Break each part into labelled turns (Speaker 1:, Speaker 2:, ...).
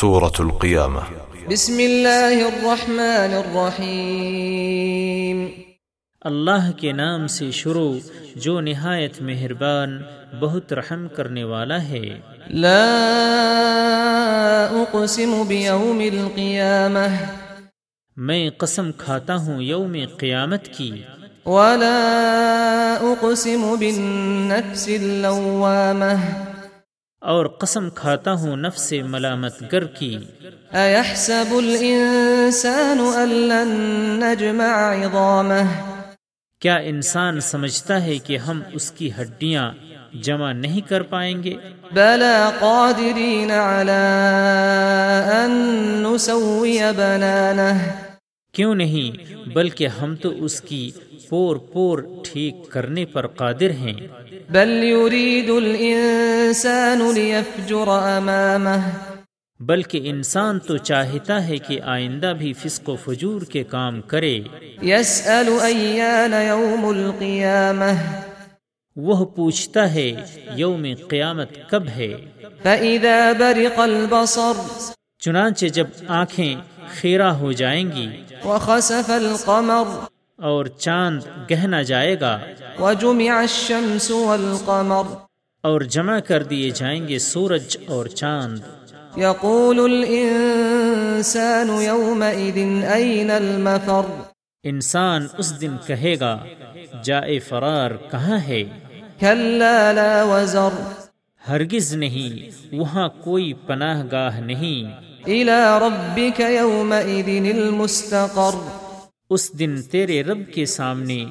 Speaker 1: سورة القيامة
Speaker 2: بسم اللہ الرحمن الرحیم
Speaker 3: اللہ کے نام سے شروع جو نہایت مہربان بہت رحم کرنے والا ہے
Speaker 2: لا اقسم بیوم القیامہ
Speaker 3: میں قسم کھاتا ہوں یوم قیامت کی
Speaker 2: ولا اقسم بالنفس اللوامہ
Speaker 3: اور قسم کھاتا ہوں نفس ملامت گر کی
Speaker 2: ایحسب الانسان ان لن نجمع عظامہ
Speaker 3: کیا انسان سمجھتا ہے کہ ہم اس کی ہڈیاں جمع نہیں کر پائیں گے
Speaker 2: بلا قادرین على ان نسوی بنانہ
Speaker 3: کیوں نہیں بلکہ ہم تو اس کی پور پور ٹھیک کرنے پر قادر ہیں
Speaker 2: بل يريد الإنسان ليفجر أمامه
Speaker 3: بلکہ انسان تو چاہتا ہے کہ آئندہ بھی فسق و فجور کے کام کرے
Speaker 2: يسأل أيان يوم القيامة
Speaker 3: وہ پوچھتا ہے یوم قیامت کب ہے
Speaker 2: فإذا برق البصر
Speaker 3: چنانچہ جب آنکھیں خیرہ ہو جائیں گی
Speaker 2: وخسف القمر
Speaker 3: اور چاند گہنا جائے گا
Speaker 2: وجمع الشمس والقمر
Speaker 3: اور جمع کر دیے جائیں گے سورج اور چاند
Speaker 2: يقول الإنسان يومئذ أين المفر
Speaker 3: انسان اس دن کہے گا جائے فرار کہاں ہے
Speaker 2: كلا لا وزر
Speaker 3: ہرگز نہیں وہاں کوئی پناہ گاہ نہیں
Speaker 2: إلى ربك يومئذ المستقر
Speaker 3: اس دن تیرے رب کے سامنے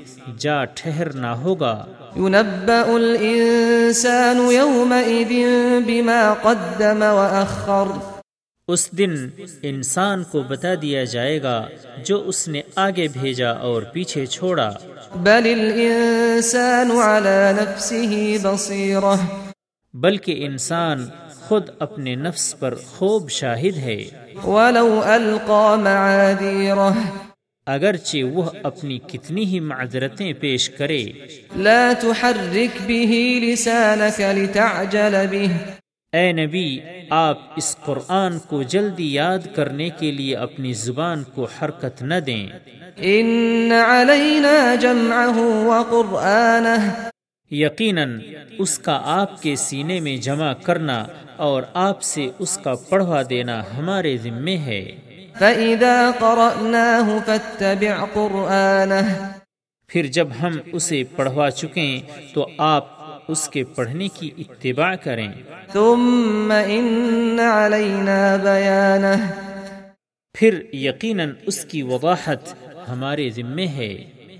Speaker 3: جا ٹھہرنا ہوگا
Speaker 2: ينبأ الإنسان يومئذ بما قدم وأخر
Speaker 3: اس دن انسان کو بتا دیا جائے گا جو اس نے آگے بھیجا اور پیچھے چھوڑا
Speaker 2: بل الإنسان على نفسه بصيرة
Speaker 3: بلکہ انسان خود اپنے نفس پر خوب شاہد ہے
Speaker 2: ولو ألقى معاذيره
Speaker 3: اگرچہ وہ اپنی کتنی ہی معذرتیں پیش کرے
Speaker 2: لا تحرك به لسانك لتعجل به
Speaker 3: اے نبی آپ اس قرآن کو جلدی یاد کرنے کے لیے اپنی زبان کو حرکت نہ دیں
Speaker 2: إن علينا جمعه وقرآنه
Speaker 3: یقیناً اس کا آپ کے سینے میں جمع کرنا اور آپ سے اس کا پڑھوا دینا ہمارے ذمے ہے
Speaker 2: فإذا قرأناه فاتبع قرآنه
Speaker 3: پھر جب ہم اسے پڑھوا چکیں تو آپ اس کے پڑھنے کی اتباع کریں
Speaker 2: ثم إن علينا بيانه
Speaker 3: پھر یقیناً اس کی وضاحت ہمارے ذمے ہے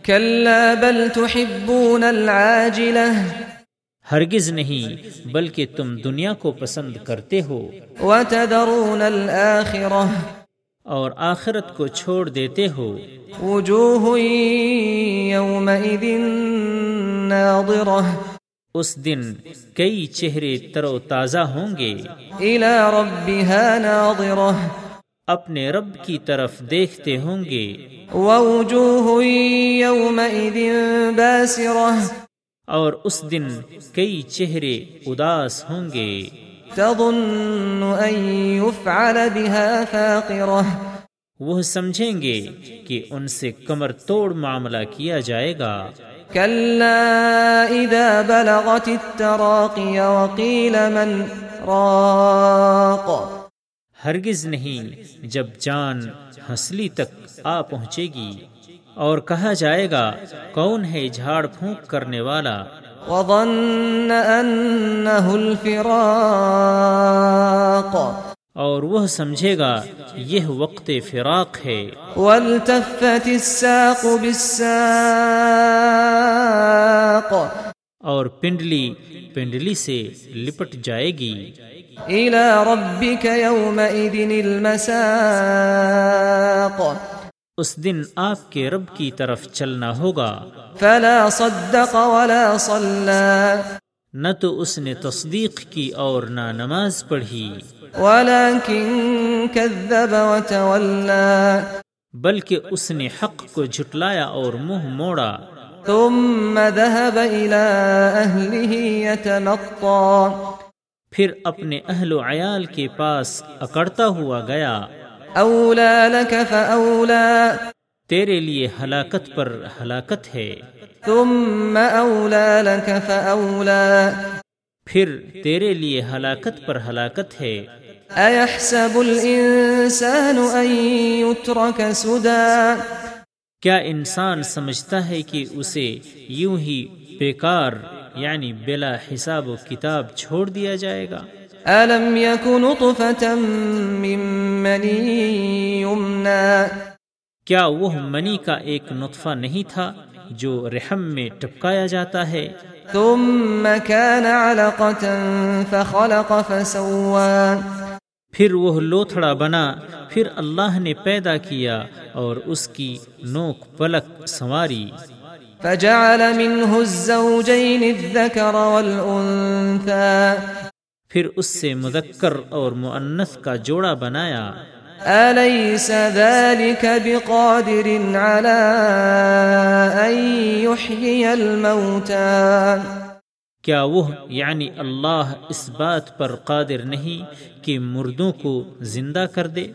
Speaker 2: كلا بل تحبون العاجلة
Speaker 3: ہرگز نہیں بلکہ تم دنیا کو پسند کرتے ہو
Speaker 2: وتذرون الآخرة
Speaker 3: اور آخرت کو چھوڑ دیتے ہو
Speaker 2: وجوه يومئذ ناظرة
Speaker 3: اس دن کئی چہرے تر و تازہ ہوں گے
Speaker 2: إلى ربها ناظرة
Speaker 3: اپنے رب کی طرف دیکھتے ہوں گے
Speaker 2: ووجوه يومئذ باسرة
Speaker 3: اور اس دن کئی چہرے اداس ہوں گے
Speaker 2: تظن أن يفعل بها فاقرة
Speaker 3: وہ سمجھیں گے کہ ان سے کمر توڑ معاملہ کیا جائے گا
Speaker 2: كلا إذا بلغت التراقي وقيل من راق
Speaker 3: ہرگز نہیں جب جان ہنسلی تک آ پہنچے گی اور کہا جائے گا کون ہے جھاڑ پھونک کرنے والا
Speaker 2: وظن أنه الفراق
Speaker 3: اور وہ سمجھے گا یہ وقت فراق ہے
Speaker 2: والتفت الساق بالساق
Speaker 3: اور پنڈلی پنڈلی سے لپٹ جائے گی
Speaker 2: إلى ربك يومئذ المساق
Speaker 3: اس دن آپ کے رب کی طرف چلنا ہوگا
Speaker 2: فلا صدق ولا صلى
Speaker 3: نہ تو اس نے تصدیق کی اور نہ نماز پڑھی
Speaker 2: ولكن كذب وتولى
Speaker 3: بلکہ اس نے حق کو جھٹلایا اور منہ موڑا
Speaker 2: ثم ذهب إلى أهله يتمطى
Speaker 3: پھر اپنے اہل و عیال کے پاس اکڑتا ہوا گیا
Speaker 2: أولى لك فأولى
Speaker 3: تیرے لیے ہلاکت پر ہلاکت ہے
Speaker 2: ثم أولى لك فأولى
Speaker 3: پھر تیرے لیے ہلاکت پر ہلاکت ہے
Speaker 2: أيحسب الإنسان أن يترك سدى
Speaker 3: کیا انسان سمجھتا ہے کہ اسے یوں ہی بیکار یعنی بلا حساب و کتاب چھوڑ دیا جائے گا
Speaker 2: ألم يك نطفة من مني يمنى
Speaker 3: کیا وہ منی کا ایک نطفہ نہیں تھا جو رحم میں ٹپکایا جاتا ہے
Speaker 2: ثم كان علقة فخلق فسوى
Speaker 3: پھر وہ لوتھڑا بنا پھر اللہ نے پیدا کیا اور اس کی نوک پلک سنواری
Speaker 2: فجعل منه الزوجين الذكر والأنثى
Speaker 3: پھر اس سے مذکر اور مؤنث کا جوڑا بنایا
Speaker 2: أليس ذلك بقادر على أن يحيي الموتى
Speaker 3: کیا وہ یعنی اللہ اس بات پر قادر نہیں کہ مردوں کو زندہ کر دے